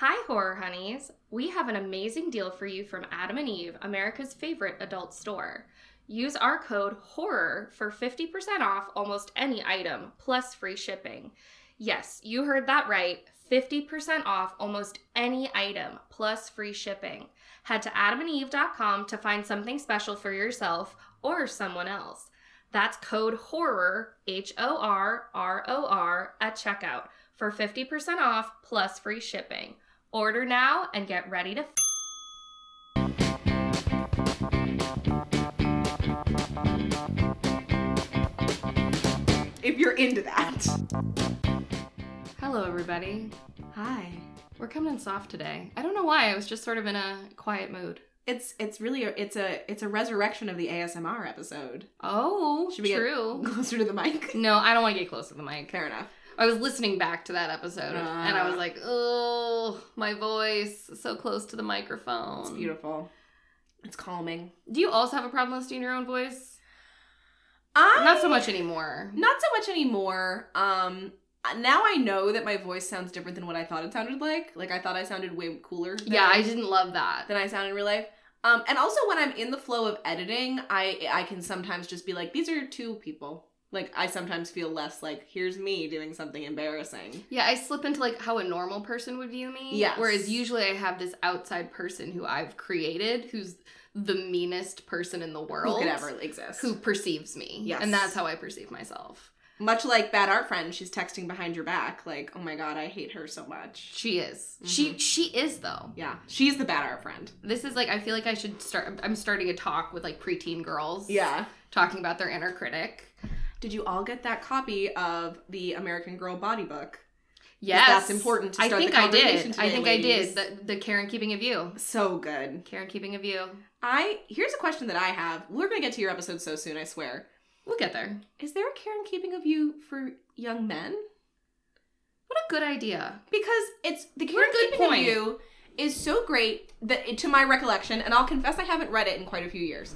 Hi, horror honeys! We have an amazing deal for you from Adam and Eve, America's favorite adult store. Use our code HORROR for 50% off almost any item, plus free shipping. Yes, you heard that right 50% off almost any item, plus free shipping. Head to adamandeve.com to find something special for yourself or someone else. That's code HORROR, H O R R O R, at checkout for 50% off plus free shipping. Order now and get ready to. F- if you're into that. Hello, everybody. Hi. We're coming in soft today. I don't know why. I was just sort of in a quiet mood. It's it's really a, it's a it's a resurrection of the ASMR episode. Oh, Should we get- true. Closer to the mic. no, I don't want to get close to the mic. Fair enough. I was listening back to that episode and I was like, oh, my voice so close to the microphone. It's beautiful. Um, It's calming. Do you also have a problem listening to your own voice? I Not so much anymore. Not so much anymore. Um now I know that my voice sounds different than what I thought it sounded like. Like I thought I sounded way cooler. Than Yeah, I didn't love that. than I sound in real life. Um, and also when I'm in the flow of editing, I I can sometimes just be like, these are two people. Like I sometimes feel less like here's me doing something embarrassing. Yeah, I slip into like how a normal person would view me. Yes. Whereas usually I have this outside person who I've created who's the meanest person in the world Who could ever exist? who perceives me. Yes. And that's how I perceive myself. Much like bad art friend, she's texting behind your back, like, oh my god, I hate her so much. She is. She she is though. Mm-hmm. Yeah, she's the bad art friend. This is like I feel like I should start I'm starting a talk with like preteen girls. Yeah. Talking about their inner critic. Did you all get that copy of the American Girl Body Book? Yes. that's important to I start the think I did. conversation I today, think ladies. I did. The the Karen keeping a view. So good. Karen keeping a view. I here's a question that I have. We're gonna get to your episode so soon, I swear. We'll get there. Is there a Karen keeping of you for young men? What a good idea. Because it's the What a Karen good keeping point. of you is so great that to my recollection, and I'll confess I haven't read it in quite a few years,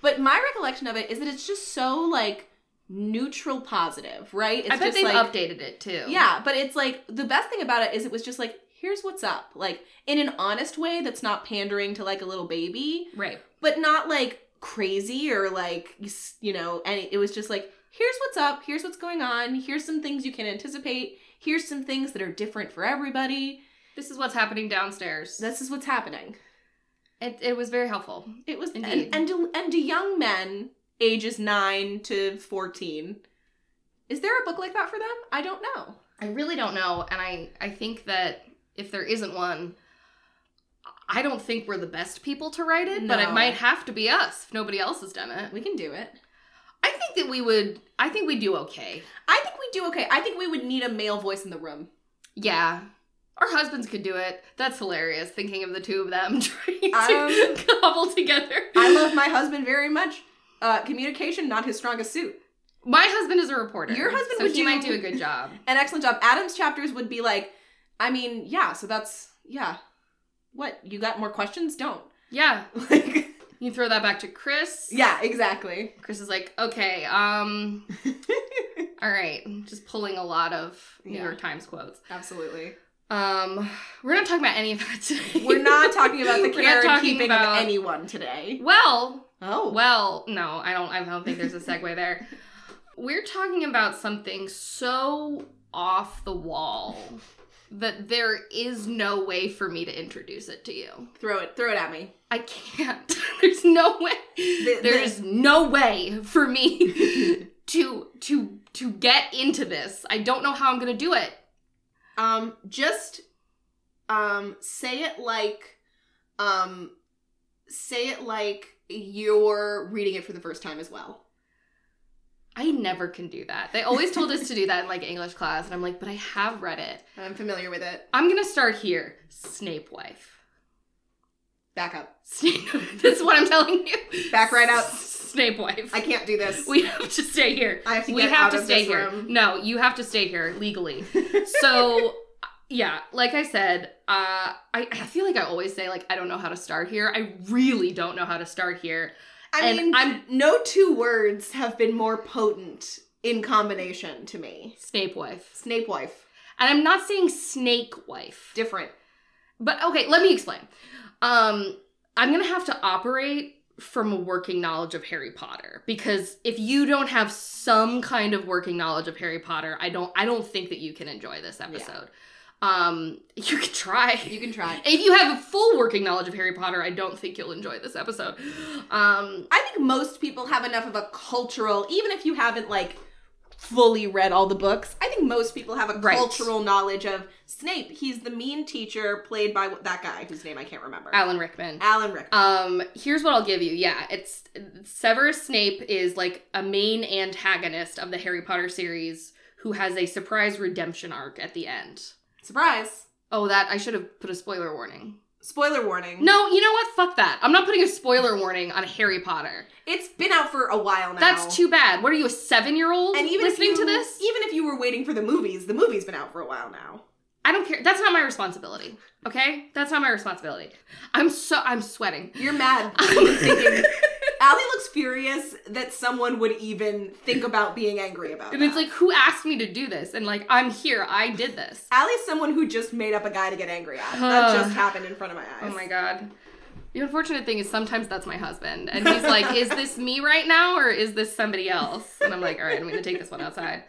but my recollection of it is that it's just so like neutral positive, right? It's I bet just they've like updated it too. Yeah, but it's like the best thing about it is it was just like, here's what's up. Like in an honest way that's not pandering to like a little baby, Right. but not like crazy or like you s- you know, any it was just like, here's what's up, here's what's going on, here's some things you can anticipate, here's some things that are different for everybody. This is what's happening downstairs. This is what's happening. It, it was very helpful. It was Indeed. and and to, and to young men ages 9 to 14. Is there a book like that for them? I don't know. I really don't know, and I I think that if there isn't one, I don't think we're the best people to write it, but it No. might have to be us if nobody else has done it. We can do it. I think that we would. I think we do okay. I think we do okay. I think we would need a male voice in the room. Yeah. Our husbands could do it. That's hilarious. Thinking of the two of them trying to Um, cobble together. I love my husband very much. Uh, communication, not his strongest suit. My husband is a reporter. Your husband so would he might do do- a good job. An excellent job. Adam's chapters would be like, I mean, yeah, so that's, yeah. What? You got more questions? Don't. Yeah, Like, you throw that back to Chris. yeah, exactly. Chris is like, okay, um, all right, just pulling a lot of New Yeah. York Times quotes. Absolutely. Um, we're not talking about any of that today. We're not talking about the We're not Karen talking keeping about- of anyone today. Well, Oh. well, no, I don't. I don't think there's a segue there. We're talking about something so off the wall that there is no way for me to introduce it to you. throw it, throw it at me. I can't. There's no way. The- There's no way for me to to to get into this. I don't know how I'm gonna do it. Um, just um say it like um say it like you're reading it for the first time as well. I never can do that. They always told us to do that in like English class, and I'm like, but I have read it. I'm familiar with it. I'm gonna start here. Snape wife. Back up. Snape. this is what I'm telling you. Back right out. Snape wife. I can't do this. we have to stay here. I have to we get have out to of stay this here. room. No, you have to stay here legally. so yeah like i said uh I, I feel like i always say like i don't know how to start here i really don't know how to start here I and mean, I'm- no two words have been more potent in combination to me. snape wife Snape wife. and i'm not saying snake wife Different. But okay, let me explain. Um, I'm gonna have to operate from a working knowledge of Harry Potter because if you don't have some kind of working knowledge of Harry Potter, I don't. I don't think that you can enjoy this episode. Um, you could try. You can try. If you have a full working knowledge of Harry Potter, I don't think you'll enjoy this episode. Um, I think most people have enough of a cultural, even if you haven't like fully read all the books. I think most people have a Right. cultural knowledge of Snape. He's the mean teacher played by wh- that guy whose name I can't remember. Alan Rickman. Alan Rickman. Um, here's what I'll give you. Yeah, it's Severus Snape is like a main antagonist of the Harry Potter series who has a surprise redemption arc at the end. Surprise. Oh, that I should have put a spoiler warning. Spoiler warning. No, you know what? Fuck that. I'm not putting a spoiler warning on Harry Potter. It's been out for a while now. That's too bad. What are you, a seven year old And even if listening you, to this? even if you were waiting for the movies, the movie's been out for a while now. I don't care. That's not my responsibility. Okay? That's not my responsibility. I'm so I'm sweating. You're mad. Even thinking, Allie looks furious that someone would even think about being angry about And it's that. like, who asked me to do this? And like, I'm here. I did this. Allie's someone who just made up a guy to get angry at. That just happened in front of my eyes. Oh my god. The unfortunate thing is sometimes that's my husband. And he's like, is this me right now or is this somebody else? And I'm like, all right, I'm going to take this one outside.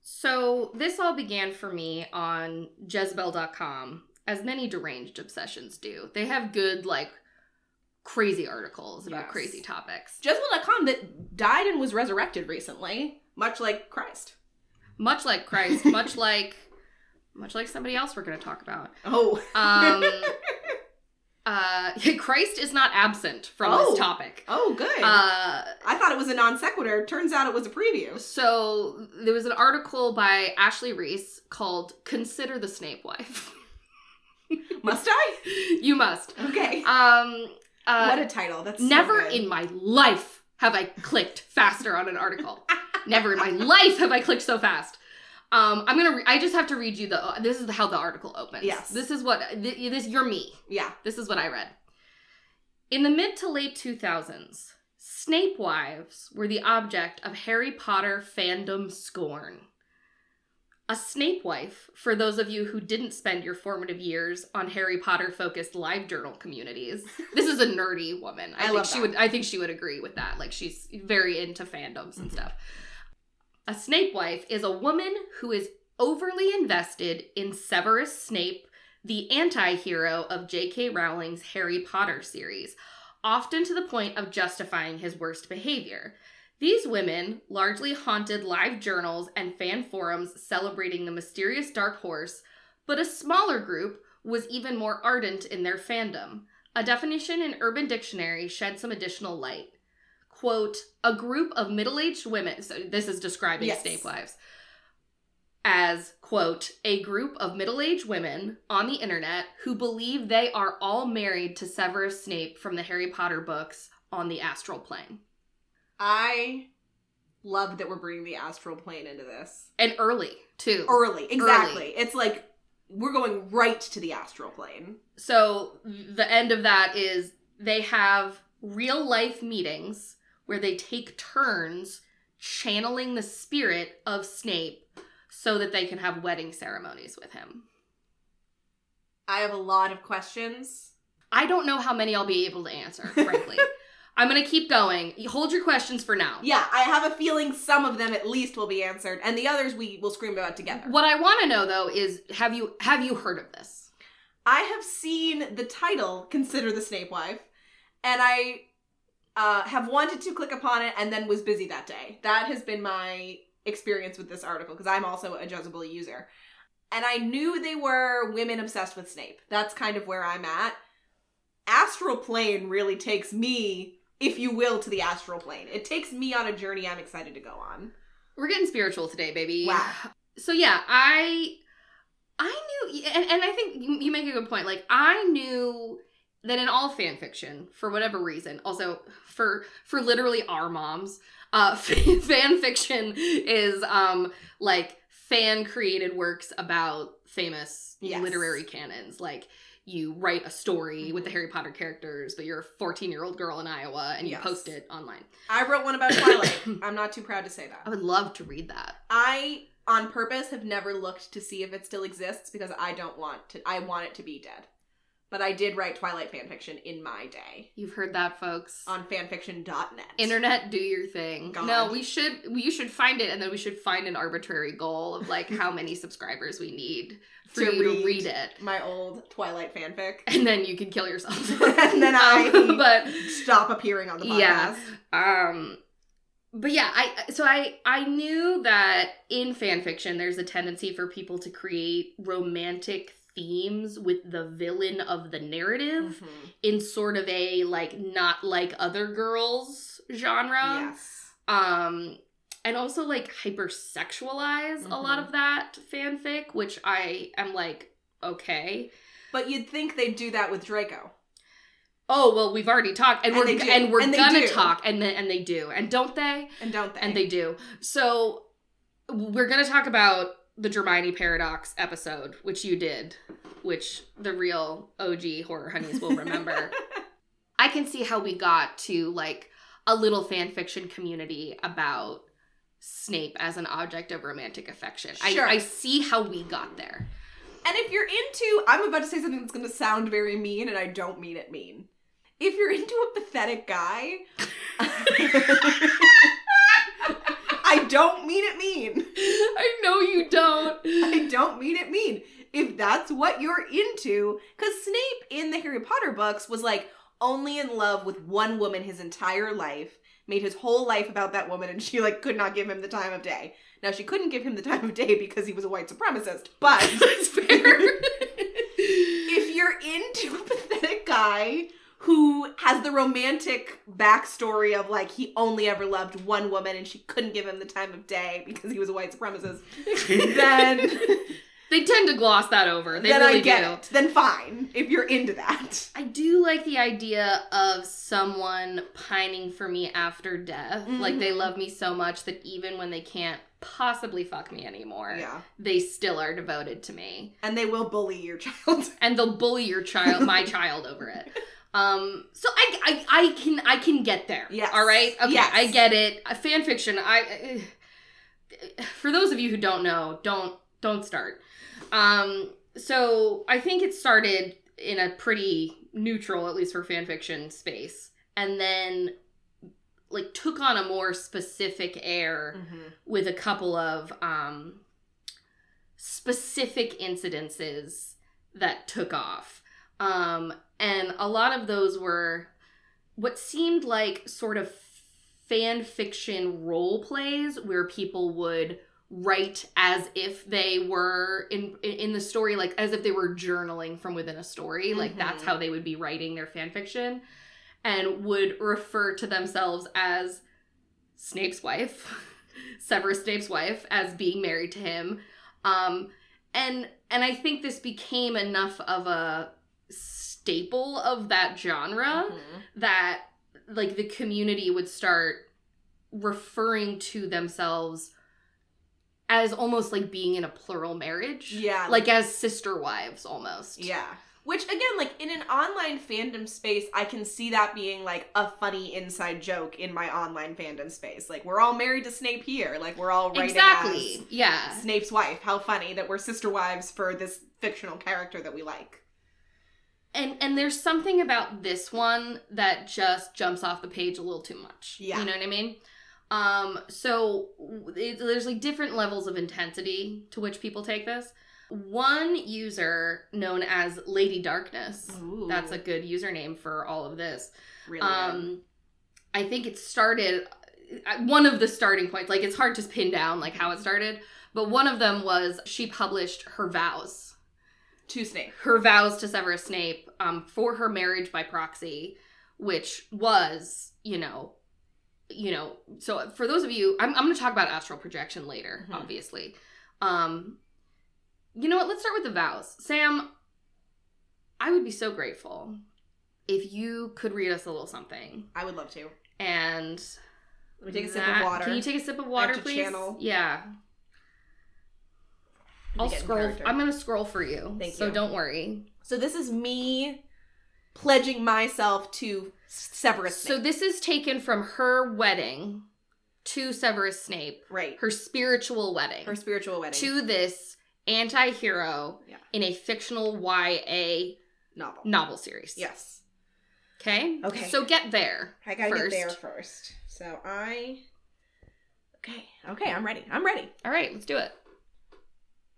So this all began for me on Jezebel.com, as many deranged obsessions do. They have good, like, crazy articles about Yes. crazy topics. Jezebel.com that died and was resurrected recently, much like Christ. Much like Christ, much like. Much like somebody else we're going to talk about. Oh. Um, uh, Christ is not absent from Oh. this topic. Oh, good. Uh, I thought it was a non sequitur. Turns out it was a preview. so there was an article by Ashley Reese called "Consider the Snape Wife." Must I? you must. Okay. Um, uh, what a title. That's so never good. in my life have I clicked faster on an article. never in my life have I clicked so fast. Um, I'm gonna. Re- I just have to read you the. This is how the article opens. Yes. This is what. Th- this you're me. Yeah. This is what I read. In the mid to late 2000s, Snape wives were the object of Harry Potter fandom scorn. A Snape wife, for those of you who didn't spend your formative years on Harry Potter focused live journal communities, this is a nerdy woman. I think love she that. would I think she would agree with that. Like she's very into fandoms and Mhm. stuff. A Snape wife is a woman who is overly invested in Severus Snape, the anti hero of J.K. Rowling's Harry Potter series, often to the point of justifying his worst behavior. These women largely haunted live journals and fan forums celebrating the mysterious dark horse, but a smaller group was even more ardent in their fandom. A definition in Urban Dictionary shed some additional light. Quote, a group of middle aged women, so this is describing Yes. Snape Wives, as, quote, a group of middle aged women on the internet who believe they are all married to Severus Snape from the Harry Potter books on the astral plane. I love that we're bringing the astral plane into this. And early, too. Early. Exactly. It's like we're going right to the astral plane. So the end of that is they have real life meetings where they take turns channeling the spirit of Snape so that they can have wedding ceremonies with him. I have a lot of questions. I don't know how many I'll be able to answer, frankly. I'm going to keep going. Hold your questions for now. Yeah, I have a feeling some of them at least will be answered, and the others we will scream about together. What I want to know though is have you have you heard of this? I have seen the title "Consider the Snape Wife," and I uh, have wanted to click upon it, and then was busy that day. That has been my experience with this article because I'm also a Jezebel user, and I knew they were women obsessed with Snape. That's kind of where I'm at. Astral plane really takes me, if you will, to the astral plane. It takes me on a journey I'm excited to go on. We're getting spiritual today, baby. Wow. So yeah, I I knew and, and I think you, you make a good point. Like I knew that in all fan fiction, for whatever reason, also for for literally our moms, uh fan fiction is um like fan created works about famous Yes. literary canons. Like you write a story with the Mm-hmm. Harry Potter characters, but you're a 14 year old girl in Iowa and you Yes. post it online. I wrote one about Twilight. I'm not too proud to say that. I would love to read that. I on purpose have never looked to see if it still exists because I don't want to I want it to be dead. But I did write Twilight fanfiction in my day You've heard that, folks. on fanfiction.net. Internet, do your thing. God. No, we should. You should find it, and then we should find an arbitrary goal of like how many subscribers we need for To you read. to read it, my old Twilight fanfic. and then you can kill yourself. And then I- Um, but Stop appearing on the podcast. Yeah. um but yeah i so i i knew that in fan fiction there's a tendency for people to create romantic themes with the villain of the narrative Mhm. in sort of a like not like other girls genre Yes. um and also like hypersexualize a lot Mhm. of that fanfic which i am like okay But you'd think they'd do that with Draco. oh well we've already talked and, And we're they do. and we're And they gonna do. talk and then and they do and don't they And don't they? And they do. So we're going to talk about the Germani paradox episode, which you did, which the real OG horror honeys will remember. I can see how we got to like a little fan fiction community about Snape as an object of romantic affection. Sure. I, I see how we got there. And if you're into, I'm about to say something that's going to sound very mean, and I don't mean it mean. If you're into a pathetic guy, I don't mean it mean. I know you don't. I don't mean it mean. If that's what you're into, because Snape in the Harry Potter books was like only in love with one woman his entire life, made his whole life about that woman, and she like could not give him the time of day. Now she couldn't give him the time of day because he was a white supremacist, but That's fair. if you're into a pathetic guy who has the romantic backstory of like he only ever loved one woman and she couldn't give him the time of day because he was a white supremacist, then they tend to gloss that over. They then really I get do. it. Then fine if you're into that. I do like the idea of someone pining for me after death. Like they Mhm. love me so much that even when they can't possibly fuck me anymore, Yeah, they still are devoted to me. and they will bully your child. And they'll bully your child, my child, over it. Um, so I, I, I can, I can get there. Yes. All right. Okay. Yes. I get it. Uh, fan fiction. I, uh, for those of you who don't know, don't, don't start. Um, so I think it started in a pretty neutral, at least for fan fiction space, and then like took on a more specific Mm-hmm. air with a couple of um, specific incidences that took off. Um, and a lot of those were what seemed like sort of fan fiction role plays where people would write as if they were in in the story like as if they were journaling from within a story like that's Mhm. how they would be writing their fan fiction and would refer to themselves as Snape's wife, Severus Snape's wife, as being married to him. Um, and and I think this became enough of a staple of that genre that like the community would start referring to themselves as almost like being in a plural marriage. Yeah, Like as sister wives almost. Yeah. Which again, like in an online fandom space, I can see that being like a funny inside joke in my online fandom space. Like we're all married to Snape here. Like we're all writing Exactly. Yeah. as Snape's wife. How funny that we're sister wives for this fictional character that we like. And and there's something about this one that just jumps off the page a little too much. Yeah. You know what I mean? Um so w- it, there's like different levels of intensity to which people take this. One user known as Lady Darkness. Ooh, That's a good username for all of this. really good. Um I think it started uh, one of the starting points. Like it's hard to pin down like how it started, but one of them was she published her vows to Snape. her vows to Severus Snape um, for her marriage by proxy, which was, you know, you know. So for those of you, I'm, I'm going to talk about astral projection later, Mhm. obviously. Um, you know what? Let's start with the vows. Sam, I would be so grateful if you could read us a little something. I would love to. And Let me take a sip of that- water. Can you take a sip of have water, to please? channel. Yeah. Let me I'll get in scroll. character. I'm gonna scroll for you. Thank so you. don't worry. So this is me pledging myself to Severus Snape. So this is taken from her wedding to Severus Snape, Right. her spiritual wedding, Her spiritual wedding to this anti hero Yeah. in a fictional YA novel. novel series. Yes. Okay? Okay. So get there. I gotta First. get there first. So I. Okay. Okay. I'm ready. I'm ready. All right, let's do it.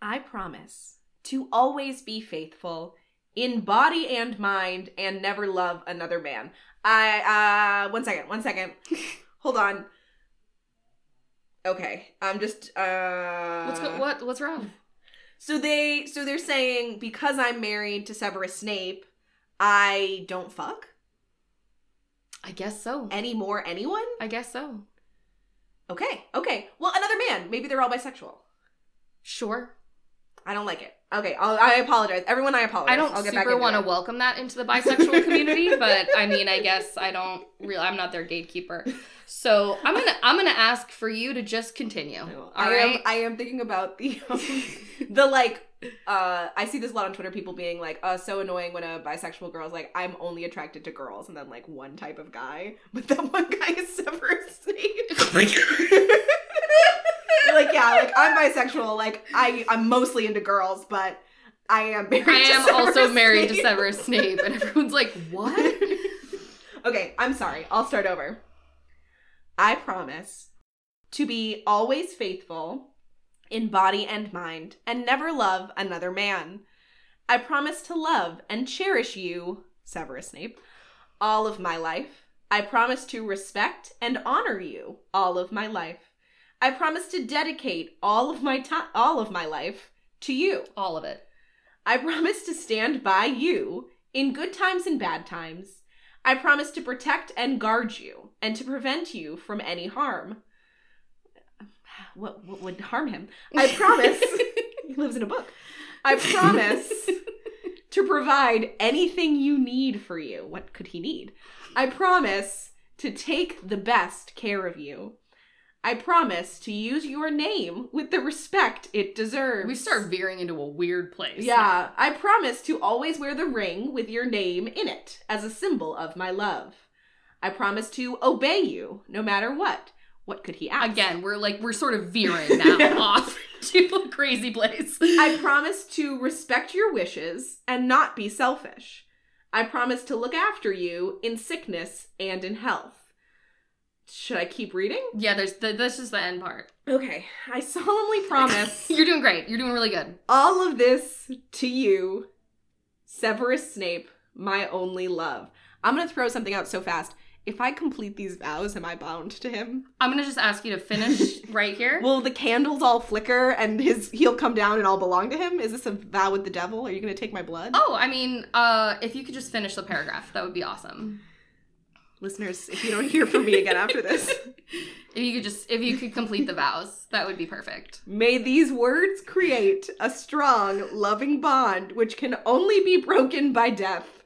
I promise to always be faithful in body and mind and never love another man. I uh one second, one second. Hold on. Okay. I'm just uh What's go- what what's wrong? So they so they're saying because I'm married to Severus Snape, I don't fuck I guess so. anymore anyone? I guess so. Okay. Okay. Well, another man. Maybe they're all bisexual. Sure. I don't like it. Okay. I'll, I apologize. Everyone, I apologize. I don't I'll get back super into want to it. welcome that into the bisexual community, but I mean, I guess I don't really. I'm not their gatekeeper, so I'm gonna I'm gonna ask for you to just continue. I will. All I am right. I am thinking about the um, the like uh I see this a lot on Twitter people being like uh so annoying when a bisexual girl is like I'm only attracted to girls and then like one type of guy but that one guy is Severus Snape. like yeah, like I'm bisexual. Like I I'm mostly into girls, but I am married. I am to also Severus married to Snape. Severus Snape, and everyone's like, "What?" okay, I'm sorry. I'll start over. I promise to be always faithful in body and mind and never love another man. I promise to love and cherish you, Severus Snape, all of my life. I promise to respect and honor you all of my life. I promise to dedicate all of my time all of my life to you. All of it. I promise to stand by you in good times and bad times. I promise to protect and guard you and to prevent you from any harm. What, what would harm him? I promise. he lives in a book. I promise to provide anything you need for you. What could he need? I promise to take the best care of you. I promise to use your name with the respect it deserves. We start veering into a weird place. Yeah, I promise to always wear the ring with your name in it as a symbol of my love. I promise to obey you no matter what. What could he ask? Again, we're like we're sort of veering now Yeah. off to a crazy place. I promise to respect your wishes and not be selfish. I promise to look after you in sickness and in health. Should I keep reading? yeah, there's the, that's just the end part. Okay. I solemnly promise You're doing great. You're doing really good. all of this to you, Severus Snape, my only love. I'm gonna throw something out so fast. If I complete these vows, am I bound to him? I'm gonna just ask you to finish right here. Will the candles all flicker and his he'll come down and all belong to him? Is this a vow with the devil? Are you gonna take my blood? Oh, I mean, uh, if you could just finish the paragraph, that would be awesome. Listeners, if you don't hear from me again after this, If you could just, if you could complete the vows, that would be perfect. may these words create a strong, loving bond which can only be broken by death.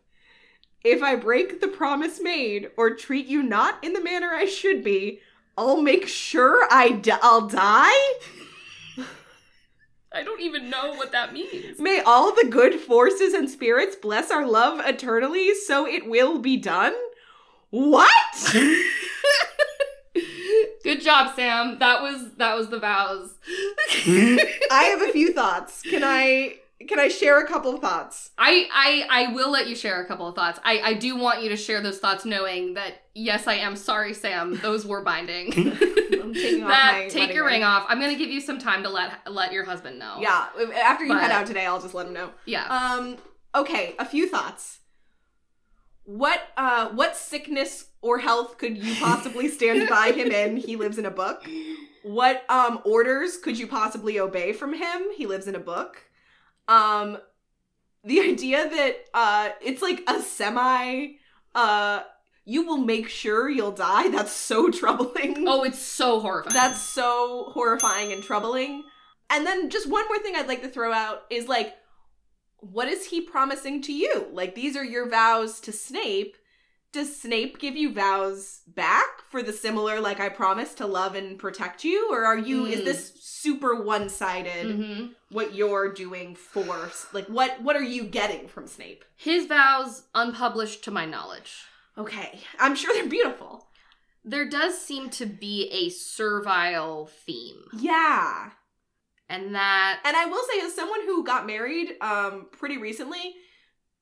If I break the promise made or treat you not in the manner I should be, I'll make sure I di- I'll die. I don't even know what that means. May all the good forces and spirits bless our love eternally, so it will be done. What? Good job, Sam. That was that was the vows. I have a few thoughts. Can I can I share a couple of thoughts? I I I will let you share a couple of thoughts. I I do want you to share those thoughts, knowing that yes, I am sorry, Sam. Those were binding. I'm taking off that my take wedding your ring. ring off. I'm gonna give you some time to let let your husband know. Yeah, after you head Oh. But- out today, I'll just let him know. yeah. Um, okay, a few thoughts. What uh what sickness or health could you possibly stand by him in? He lives in a book. What um orders could you possibly obey from him? He lives in a book. Um the idea that uh it's like a semi uh you will make sure you'll die. That's so troubling. Oh, it's so horrifying. That's so horrifying and troubling. And then just one more thing I'd like to throw out is like, what is he promising to you? Like, these are your vows to Snape. Does Snape give you vows back for the similar, like, I promise to love and protect you? Or are you, is Mm. this super one sided hmm what you're doing for, like, what, what are you getting from Snape? His vows, unpublished to my knowledge. Okay. I'm sure they're beautiful. There does seem to be a servile theme, Yeah. and that And I will say, as someone who got married um, pretty recently,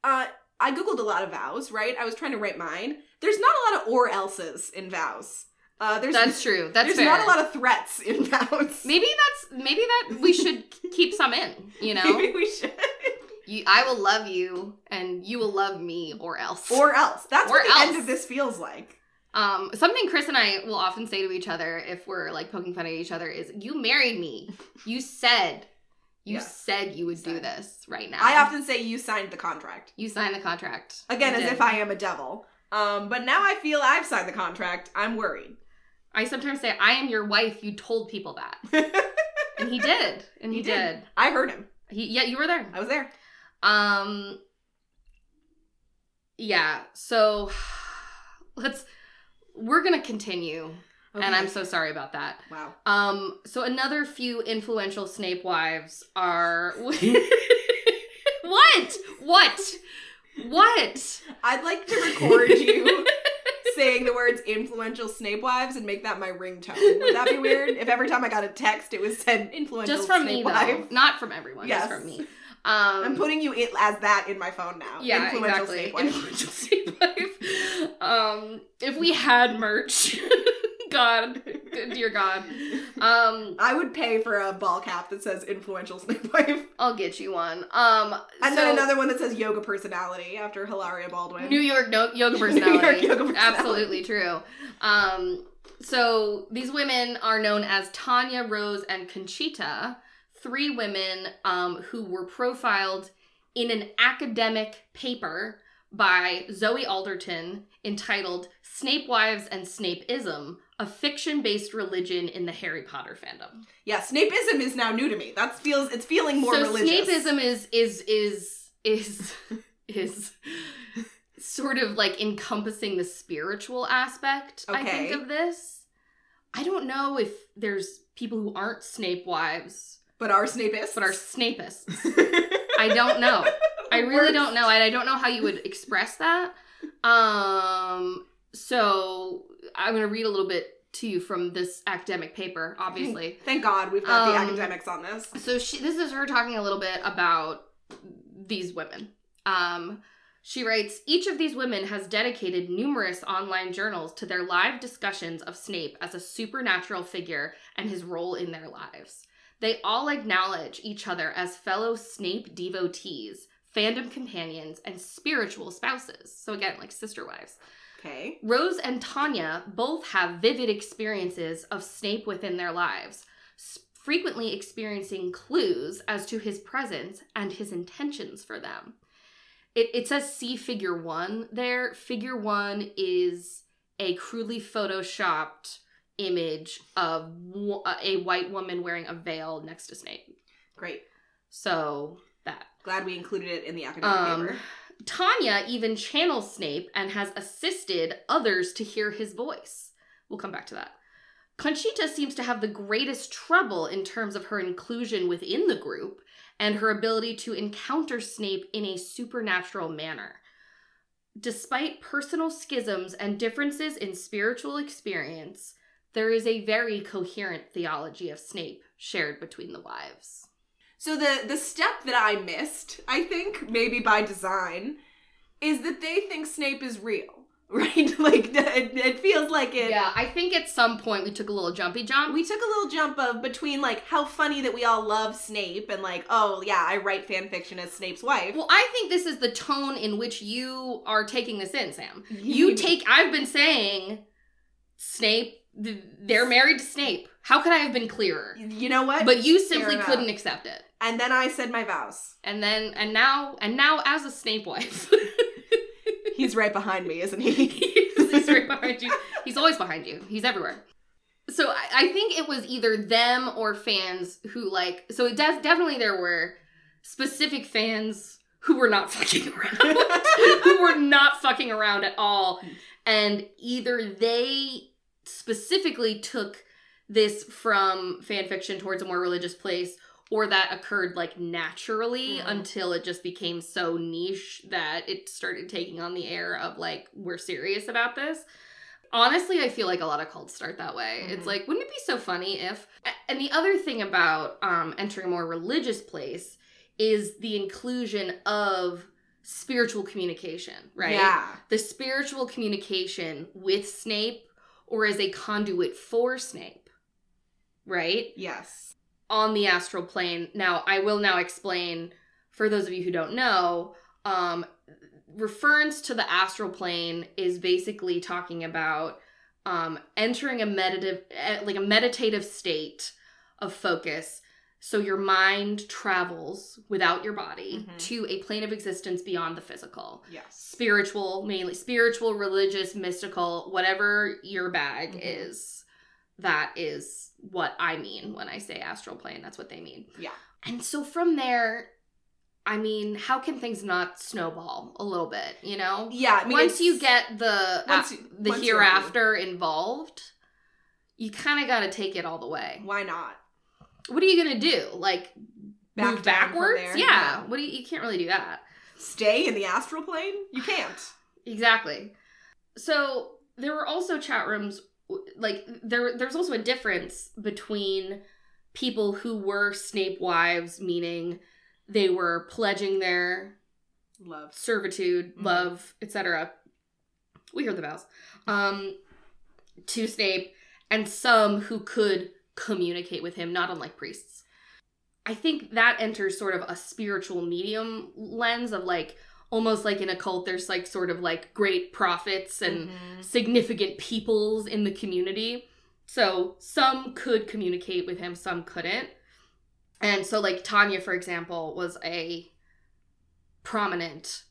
uh, I Googled a lot of vows, right? I was trying to write mine. There's not a lot of or else's in vows. Uh, there's that's true. That's there's fair. not a lot of threats in vows. maybe that's maybe that we should keep some in. You know, Maybe we should. you, I will love you, and you will love me, or else. Or else. That's Or what the end else. of this feels like. Um, something Chris and I will often say to each other if we're like poking fun at each other is, "You married me. You said, you Yeah. said you would do Said. this right now. I often say you signed the contract. you signed the contract Again, You as did. if I am a devil. Um, but now I feel I've signed the contract. I'm worried. I sometimes say, "I am your wife. You told people that," and he did, and he, He did. did. I heard him. He, yeah, you were there. I was there. Um, yeah. So let's. We're gonna continue, and I'm so sorry about that. wow. Um, so another few influential Snape wives are what? What? What? I'd like to record you saying the words influential Snape wives and make that my ringtone. Would that be weird? If every time I got a text it was said influential Just from Snape me, wife. though. Not from everyone. Just Yes. from me. Um, I'm putting you it as that in my phone now. yeah, influential exactly. Snape wife. Influential Snape wife. Um, if we had merch, God, good dear God, um, I would pay for a ball cap that says influential Snape wife. I'll get you one. Um, And so- then another one that says yoga personality after Hilaria Baldwin. New York no- yoga New York personality. yoga personality. Absolutely true. Um, so these women are known as Tanya, Rose, and Conchita, three women um, who were profiled in an academic paper by Zoe Alderton entitled Snape Wives and Snapeism, a fiction based religion in the Harry Potter fandom. yeah, Snapeism is now new to me. That feels it's feeling more so religious. Snapeism is is is is is sort of like encompassing the spiritual aspect. I think Okay. of this. I don't know if there's people who aren't Snape wives but our Snapeists. but are Snapeists. I don't know. I really don't know. And I don't know how you would express that. Um, so I'm going to read a little bit to you from this academic paper, obviously. Thank God we've got the Um, academics on this. So she this is her talking a little bit about these women. Um she writes, each of these women has dedicated numerous online journals to their live discussions of Snape as a supernatural figure and his role in their lives. They all acknowledge each other as fellow Snape devotees, fandom companions, and spiritual spouses. So, again, like sister wives. Okay. Rose and Tanya both have vivid experiences of Snape within their lives, s- frequently experiencing clues as to his presence and his intentions for them. It, it says see figure one there. Figure one is a crudely photoshopped image of wo- a white woman wearing a veil next to Snape. Great. So that. Glad we included it in the academic Um, paper. Tanya even channels Snape and has assisted others to hear his voice. We'll come back to that. Conchita seems to have the greatest trouble in terms of her inclusion within the group and her ability to encounter Snape in a supernatural manner. Despite personal schisms and differences in spiritual experience, there is a very coherent theology of Snape shared between the wives. So the the step that I missed, I think maybe by design, is that they think Snape is real, right? like it, it feels like it. Yeah, I think at some point we took a little jumpy jump. We took a little jump of between like how funny that we all love Snape and like oh yeah I write fan fiction as Snape's wife. Well, I think this is the tone in which you are taking this in, Sam. You take. I've been saying Snape. th- They're married to Snape. How could I have been clearer? You know what? But you simply enough. couldn't accept it. and then I said my vows. And then, and now, and now, as a Snape wife, He's right behind me, isn't he? he's right behind you. He's always behind you. He's everywhere. So I, I think it was either them or fans who like. So it does definitely there were specific fans who were not fucking around. who were not fucking around at all. And either they specifically took this from fan fiction towards a more religious place, or that occurred like naturally Mhm. until it just became so niche that it started taking on the air of like, we're serious about this. Honestly, I feel like a lot of cults start that way. It's Mhm. like, wouldn't it be so funny if? a- And the other thing about um, entering a more religious place is the inclusion of spiritual communication, right? Yeah. The spiritual communication with Snape or as a conduit for Snape, right? Yes. on the astral plane. Now, I will now explain for those of you who don't know. Um, reference to the astral plane is basically talking about um, entering a meditative, eh, like a meditative state of focus. So your mind travels without your body Mhm. to a plane of existence beyond the physical Yes. spiritual mainly spiritual religious mystical whatever your bag Mhm. is that is what i mean when i say astral plane that's what they mean Yeah. and so from there i mean how can things not snowball a little bit you know Yeah. I mean, once it's- you get the Once uh, you- the once you're in. hereafter involved you kind of got to take it all the way why not? what are you gonna do like Back move down from backwards there? yeah Yeah. what do you, you can't really do that Stay in the astral plane? You can't. Exactly. So there were also chat rooms w- like there there's also a difference between people who were Snape wives meaning they were pledging their Love. servitude, Mhm. love, etc. We heard the bells. Um to Snape and some who could communicate with him not unlike priests. I think that enters sort of a spiritual medium lens of like almost like in a cult there's like sort of like great prophets and Mhm. significant peoples in the community. So some could communicate with him, some couldn't. And so, like, Tanya, for example, was a prominent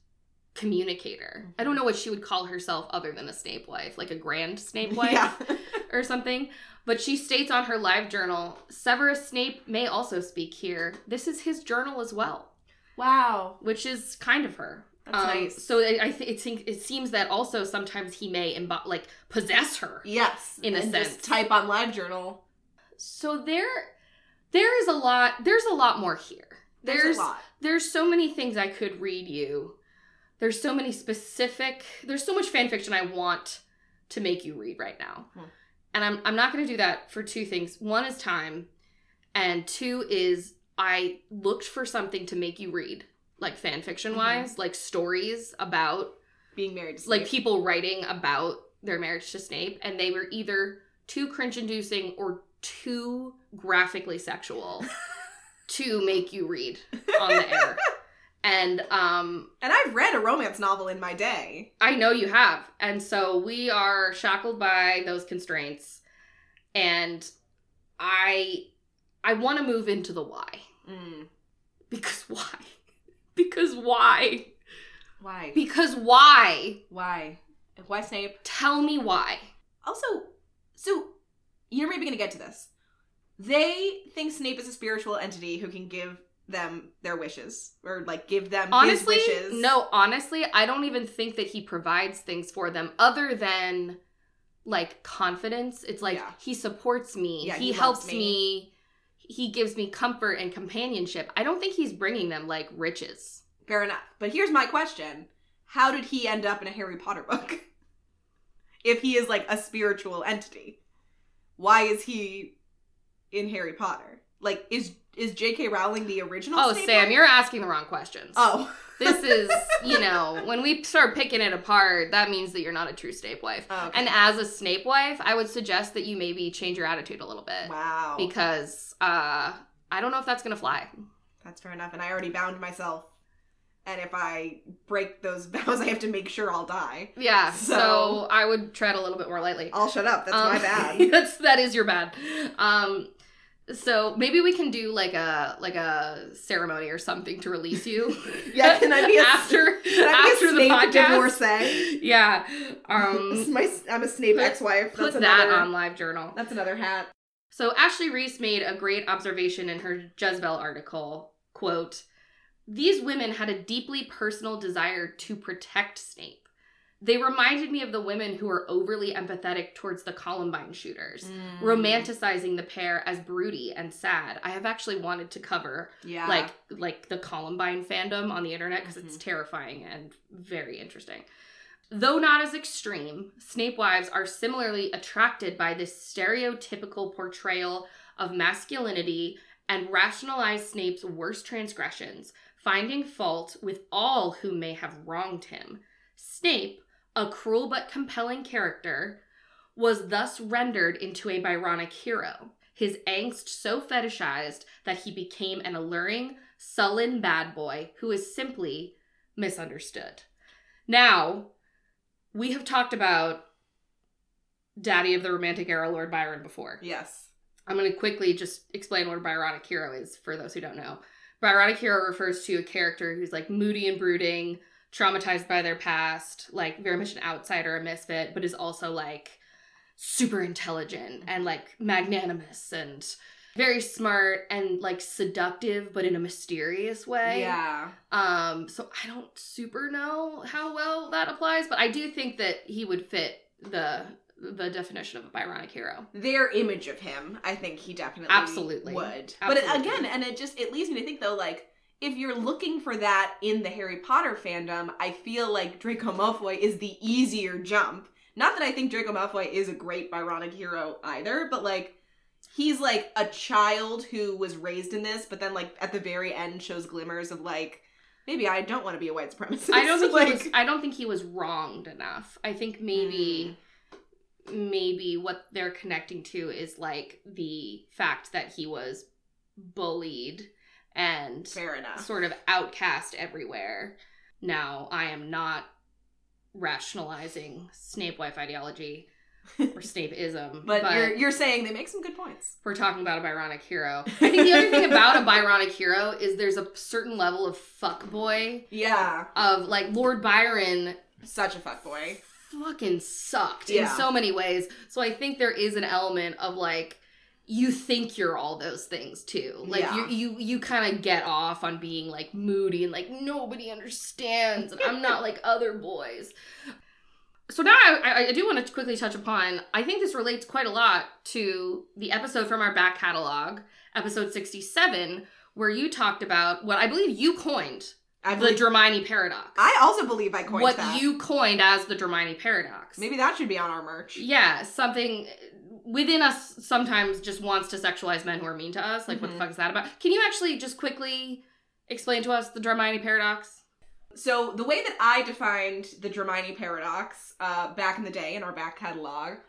communicator. I don't know what she would call herself other than a Snape wife, like a grand Snape wife Yeah. or something. But she states on her live journal Severus Snape may also speak here. This is his journal as well, wow. which is kind of her. That's Um, nice. So I, I thi- it think it seems that also sometimes he may imbo- like possess her. Yes. In a and sense. Just type on LiveJournal. So there, there is a lot. There's a lot more here. There's There's a lot. there's so many things I could read you. There's so many specific. There's so much fan fiction I want to make you read right now, Hmm. and I'm I'm not going to do that for two things. One is time, and two is I looked for something to make you read, like fan Mm-hmm. fiction wise, like stories about Being married to like Snape. people writing about their marriage to Snape, and they were either too cringe-inducing or too graphically sexual to make you read on the air. And um, and I've read a romance novel in my day. I know you have, and so we are shackled by those constraints. And I, I want to move into the why Mm. because why, because why, Why? because why? why? Why Snape? Tell me why. Also, so you're maybe gonna get to this. They think Snape is a spiritual entity who can give them their wishes or like give them honestly his wishes. no honestly i don't even think that he provides things for them other than like confidence it's like Yeah. he supports me Yeah, he, he loves helps me. me. he gives me comfort and companionship i don't think he's bringing them like riches Fair enough. But here's my question: How did he end up in a Harry Potter book? if he is like a spiritual entity, why is he in Harry Potter? Like, is is J.K. Rowling the original? oh Snape sam one? you're asking the wrong questions Oh. this is you know when we start picking it apart that means that you're not a true snape wife Oh, okay. and as a snape wife i would suggest that you maybe change your attitude a little bit wow, because uh i don't know if that's gonna fly that's fair enough. And I already bound myself, and if I break those vows, I have to make sure I'll die. Yeah, so, So- I would tread a little bit more lightly. I'll shut up. That's my Um, bad. that's that is your bad. Um, so maybe we can do like a like a ceremony or something to release you. Yeah, can I be a- after Can I be a after the Snape podcast? divorcee? Yeah, This is um, my, I'm a Snape put- ex-wife. put That's that another, on live journal. That's another hat. So Ashley Reese made a great observation in her Jezebel article. Quote, these women had a deeply personal desire to protect Snape. They reminded me of the women who were overly empathetic towards the Columbine shooters, Mm. romanticizing the pair as broody and sad. I have actually wanted to cover Yeah. like like the Columbine fandom on the internet because it's Mhm. terrifying and very interesting. Though not as extreme, Snape wives are similarly attracted by this stereotypical portrayal of masculinity and rationalize Snape's worst transgressions, finding fault with all who may have wronged him. Snape, a cruel but compelling character, was thus rendered into a Byronic hero, his angst so fetishized that he became an alluring, sullen bad boy who is simply misunderstood. Now, we have talked about Daddy of the Romantic Era, Lord Byron, before. Yes. I'm going to quickly just explain what a Byronic hero is for those who don't know. Byronic hero refers to a character who's like moody and brooding, traumatized by their past, like very much an outsider, a misfit, but is also like super intelligent and like magnanimous and very smart and like seductive, but in a mysterious way. Yeah. Um, so I don't super know how well that applies, but I do think that he would fit the the definition of a Byronic hero. Their image of him, I think he definitely Absolutely. would. But it, Absolutely. again, and it just it leaves me to think though, like if you're looking for that in the Harry Potter fandom, I feel like Draco Malfoy is the easier jump. Not that I think Draco Malfoy is a great Byronic hero either, but like he's like a child who was raised in this, but then like at the very end shows glimmers of like maybe I don't want to be a white supremacist. I don't think like, he was I don't think he was wronged enough. I think maybe maybe what they're connecting to is like the fact that he was bullied and fair enough. sort of outcast everywhere. Now, I am not rationalizing Snape wife ideology or Snapeism, But, you're you're saying they make some good points. we're talking about a Byronic hero. I think the other thing about a Byronic hero is there's a certain level of fuckboy Yeah. of like Lord Byron Such a fuck boy. fucking sucked in Yeah. so many ways. So I think there is an element of like you think you're all those things too. Like you Yeah. you you kind of get off on being like moody and like nobody understands and I'm not like other boys. So now I, I- I do want to quickly touch upon. I think this relates quite a lot to the episode from our back catalog, episode 67, where you talked about what I believe you coined I the believe, Dramini paradox. I also believe I coined what that. you coined as the Dramini paradox. Maybe that should be on our merch. Yeah, something within us sometimes just wants to sexualize men who are mean to us. Like, what the Mhm. fuck is that about? Can you actually just quickly explain to us the Dramini paradox? So the way that I defined the Dramini paradox uh, back in the day in our back catalog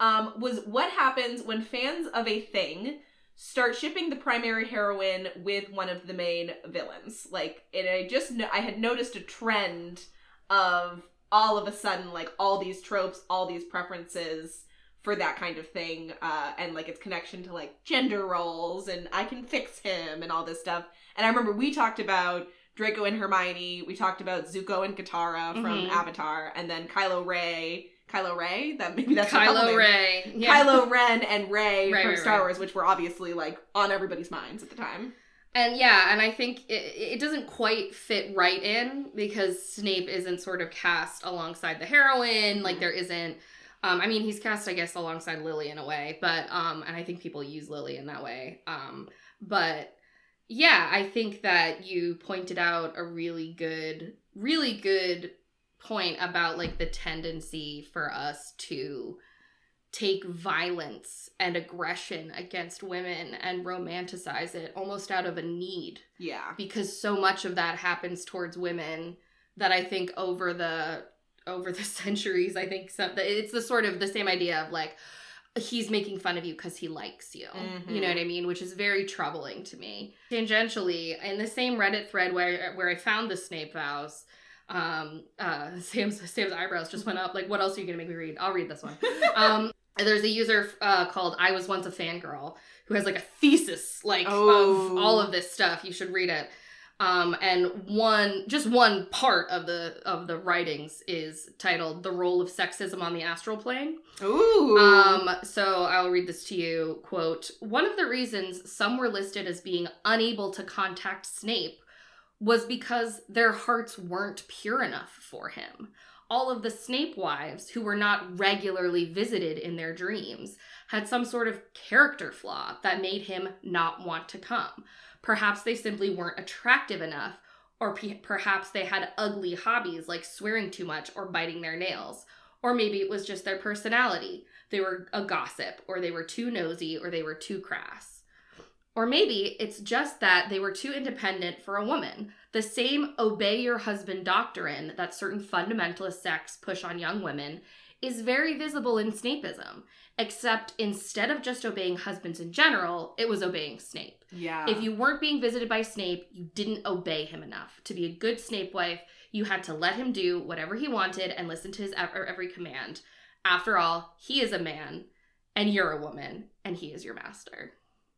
um, was what happens when fans of a thing start shipping the primary heroine with one of the main villains. Like, and I just no- I had noticed a trend of all of a sudden like all these tropes, all these preferences for that kind of thing, uh, and like its connection to like gender roles and I can fix him and all this stuff. And I remember we talked about Draco and Hermione. We talked about Zuko and Katara from Mhm. Avatar, and then Kylo Ray. Kylo Ray. That maybe that's her couple Kylo name. Ray. Yeah. Kylo Ren and Ray Right, from right, Star right. Wars, which were obviously like on everybody's minds at the time. And yeah, and I think it, it doesn't quite fit right in because Snape isn't sort of cast alongside the heroine. Like, there isn't. Um, I mean, he's cast, I guess, alongside Lily in a way, but um, and I think people use Lily in that way. Um, but yeah, I think that you pointed out a really good, really good point about like the tendency for us to take violence and aggression against women and romanticize it almost out of a need Yeah. because so much of that happens towards women that I think over the over the centuries I think some it's the sort of the same idea of like he's making fun of you because he likes you you know Mhm. what I mean which is very troubling to me tangentially in the same Reddit thread where where I found the Snape vows um uh Sam's Sam's eyebrows just went up like what else are you gonna make me read I'll read this one um there's a user uh, called I was once a fangirl who has like a thesis like of Oh. all of this stuff. You should read it. Um, and one just one part of the of the writings is titled "The Role of Sexism on the Astral Plane." Ooh. Um, so I'll read this to you. Quote, one of the reasons some were listed as being unable to contact Snape was because their hearts weren't pure enough for him. All of the Snape wives who were not regularly visited in their dreams had some sort of character flaw that made him not want to come. Perhaps they simply weren't attractive enough Or pe- perhaps they had ugly hobbies like swearing too much or biting their nails. Or maybe it was just their personality. They were a gossip, or they were too nosy, or they were too crass. Or maybe it's just that they were too independent for a woman. The same obey your husband doctrine that certain fundamentalist sects push on young women is very visible in Snapeism, except instead of just obeying husbands in general, it was obeying Snape. Yeah. If you weren't being visited by Snape, you didn't obey him enough. To be a good Snape wife, you had to let him do whatever he wanted and listen to his ev- every command. After all, he is a man and you're a woman and he is your master,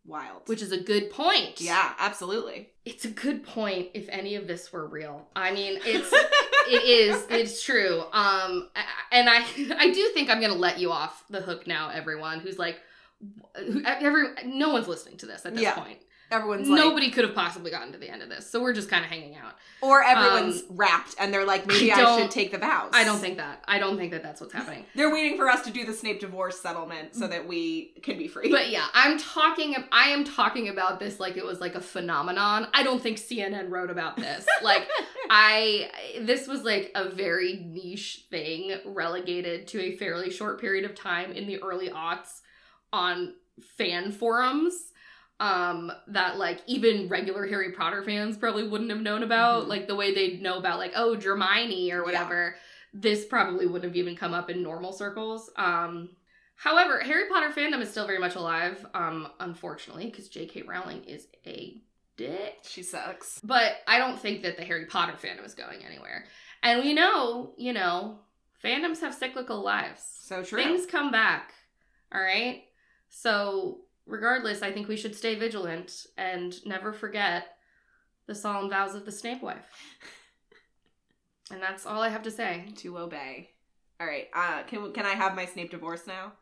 wild. which is a good point. yeah, absolutely. It's a good point if any of this were real. I mean, it's it is it's true. Um I- and I I do think I'm going to let you off the hook now everyone who's like who- every no one's listening to this at this Yeah. point everyone's like, nobody could have possibly gotten to the end of this so we're just kind of hanging out or everyone's wrapped and they're like, maybe um, I I, don't- should take the vows. i don't think that i don't think that that's what's happening they're waiting for us to do the Snape divorce settlement so that we can be free. Mm. but yeah i'm talking ab- i am talking about this like it was like a phenomenon i don't think cnn wrote about this like i this was like a very niche thing relegated to a fairly short period of time in the early aughts on fan forums um that like even regular harry potter fans probably wouldn't have known about Mhm. like the way they'd know about like oh Germani or Yeah. whatever this probably wouldn't have even come up in normal circles um however harry potter fandom is still very much alive um unfortunately because jk rowling is a dick she sucks. but I don't think that the Harry Potter fandom is going anywhere. And we know, you know, fandoms have cyclical lives. So true. Things come back. All right? So, regardless, I think we should stay vigilant and never forget the solemn vows of the Snape wife. And that's all I have to say. to obey. All right. Uh, can can I have my Snape divorce now?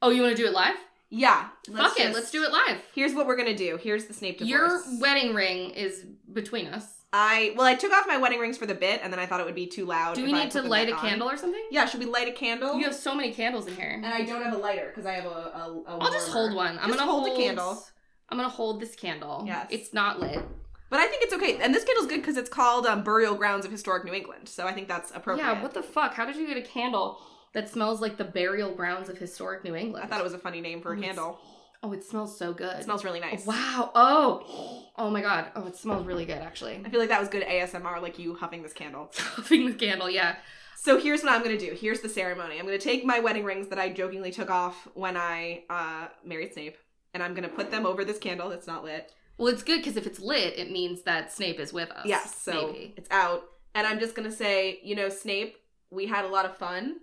Oh, you want to do it live? Yeah. Fuck it, let's do it live. Here's what we're gonna do. Here's the Snape divorce. Your wedding ring is between us. I well, I took off my wedding rings for the bit, and then I thought it would be too loud. Do if we I need put to them light a back on. candle or something? Yeah. Should we light a candle? You have so many candles in here. and I don't have a lighter because I have a. a, a I'll just warmer. hold one. I'm Just gonna hold hold, the candle. I'm gonna hold this candle. Yes. It's not lit. But I think it's okay. And this candle's good because it's called um, Burial Grounds of Historic New England. So I think that's appropriate. Yeah, what the fuck? How did you get a candle that smells like the burial grounds of historic New England? I thought it was a funny name for Oh, a it's candle. Oh, it smells so good. It smells really nice. Wow. Oh. Oh my god. Oh, it smells really good actually. I feel like that was good ASMR, like you huffing this candle. Huffing the candle, yeah. So here's what I'm gonna do. Here's the ceremony. I'm gonna take my wedding rings that I jokingly took off when I uh, married Snape, and I'm gonna put them over this candle that's not lit. Well, it's good because if it's lit, it means that Snape is with us. Yes, so maybe. it's out. And I'm just gonna say, you know, Snape, we had a lot of fun,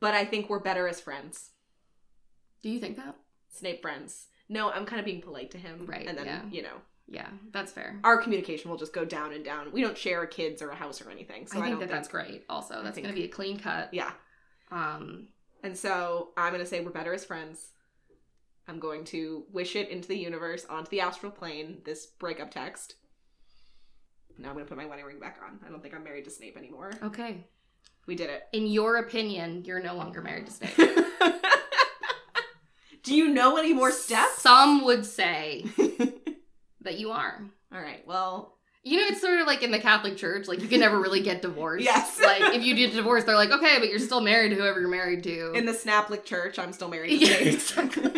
but I think we're better as friends. Do you think that? Snape friends. No, I'm kind of being polite to him, Right, And then yeah. you know, Yeah, that's fair. our communication will just go down and down. We don't share kids or a house or anything, so I, I think don't that think that's great. Also, that's think- gonna be a clean cut. yeah. Um, And so I'm going to say we're better as friends. I'm going to wish it into the universe, onto the astral plane, this breakup text. Now I'm going to put my wedding ring back on. I don't think I'm married to Snape anymore. okay. We did it. In your opinion, you're no longer married to Snape. Do you know any more steps? Some would say All that you are. right. Well, You know, it's sort of like in the Catholic Church, like you can never really get divorced. Yes. like if you get divorced, they're like, okay, but you're still married to whoever you're married to. in the Snaplic church, I'm still married to yeah, Snape. exactly.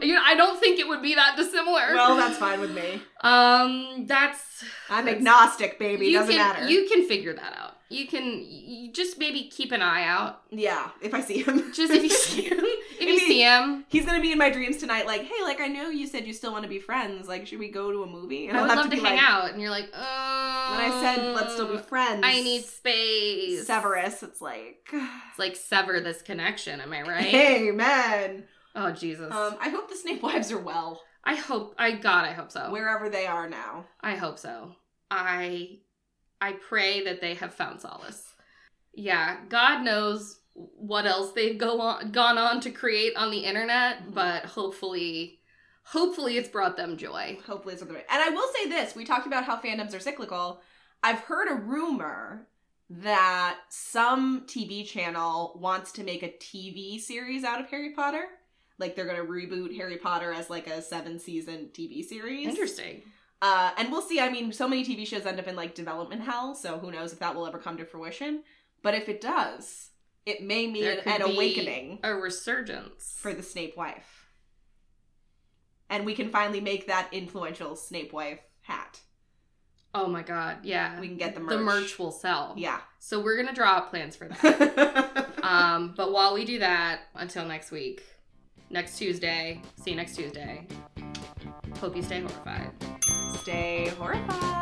you know, I don't think it would be that dissimilar. well, that's fine with me. Um, that's I'm That's- agnostic, baby. you Doesn't can matter. you can figure that out. You can you just maybe keep an eye out. yeah, if I see him. Just if you see him, if you Maybe- see him, He's gonna be in my dreams tonight, like, hey, like I know you said you still want to be friends. Like, should we go to a movie? I I'll would love to, be hang like, out, and you're like, oh. When I said let's still be friends, I need space. Severus. It's like, It's like sever this connection. Am I right? amen. oh Jesus. Um, I hope the Snape wives are well I hope. I God. I hope so. wherever they are now. I hope so. I I pray that they have found solace. Yeah. God knows what else they've go on, gone on to create on the Mm-hmm. internet, but hopefully, hopefully it's brought them joy. Hopefully, it's something. And I will say this: we talked about how fandoms are cyclical. I've heard a rumor that some TV channel wants to make a TV series out of Harry Potter. Like they're gonna reboot Harry Potter as like a seven season TV series. Interesting. Uh, and we'll see. I mean, so many TV shows end up in like development hell, so who knows if that will ever come to fruition. But if it does, it may mean There could an be awakening A resurgence. for the Snape wife. And we can finally make that influential Snape wife hat. oh my god, yeah. We can get the merch. the merch will sell. Yeah. So we're gonna draw up plans for that. Bye. um, but while we do that, until next week, next Tuesday. See you next Tuesday. Hope you stay horrified. Stay horrified.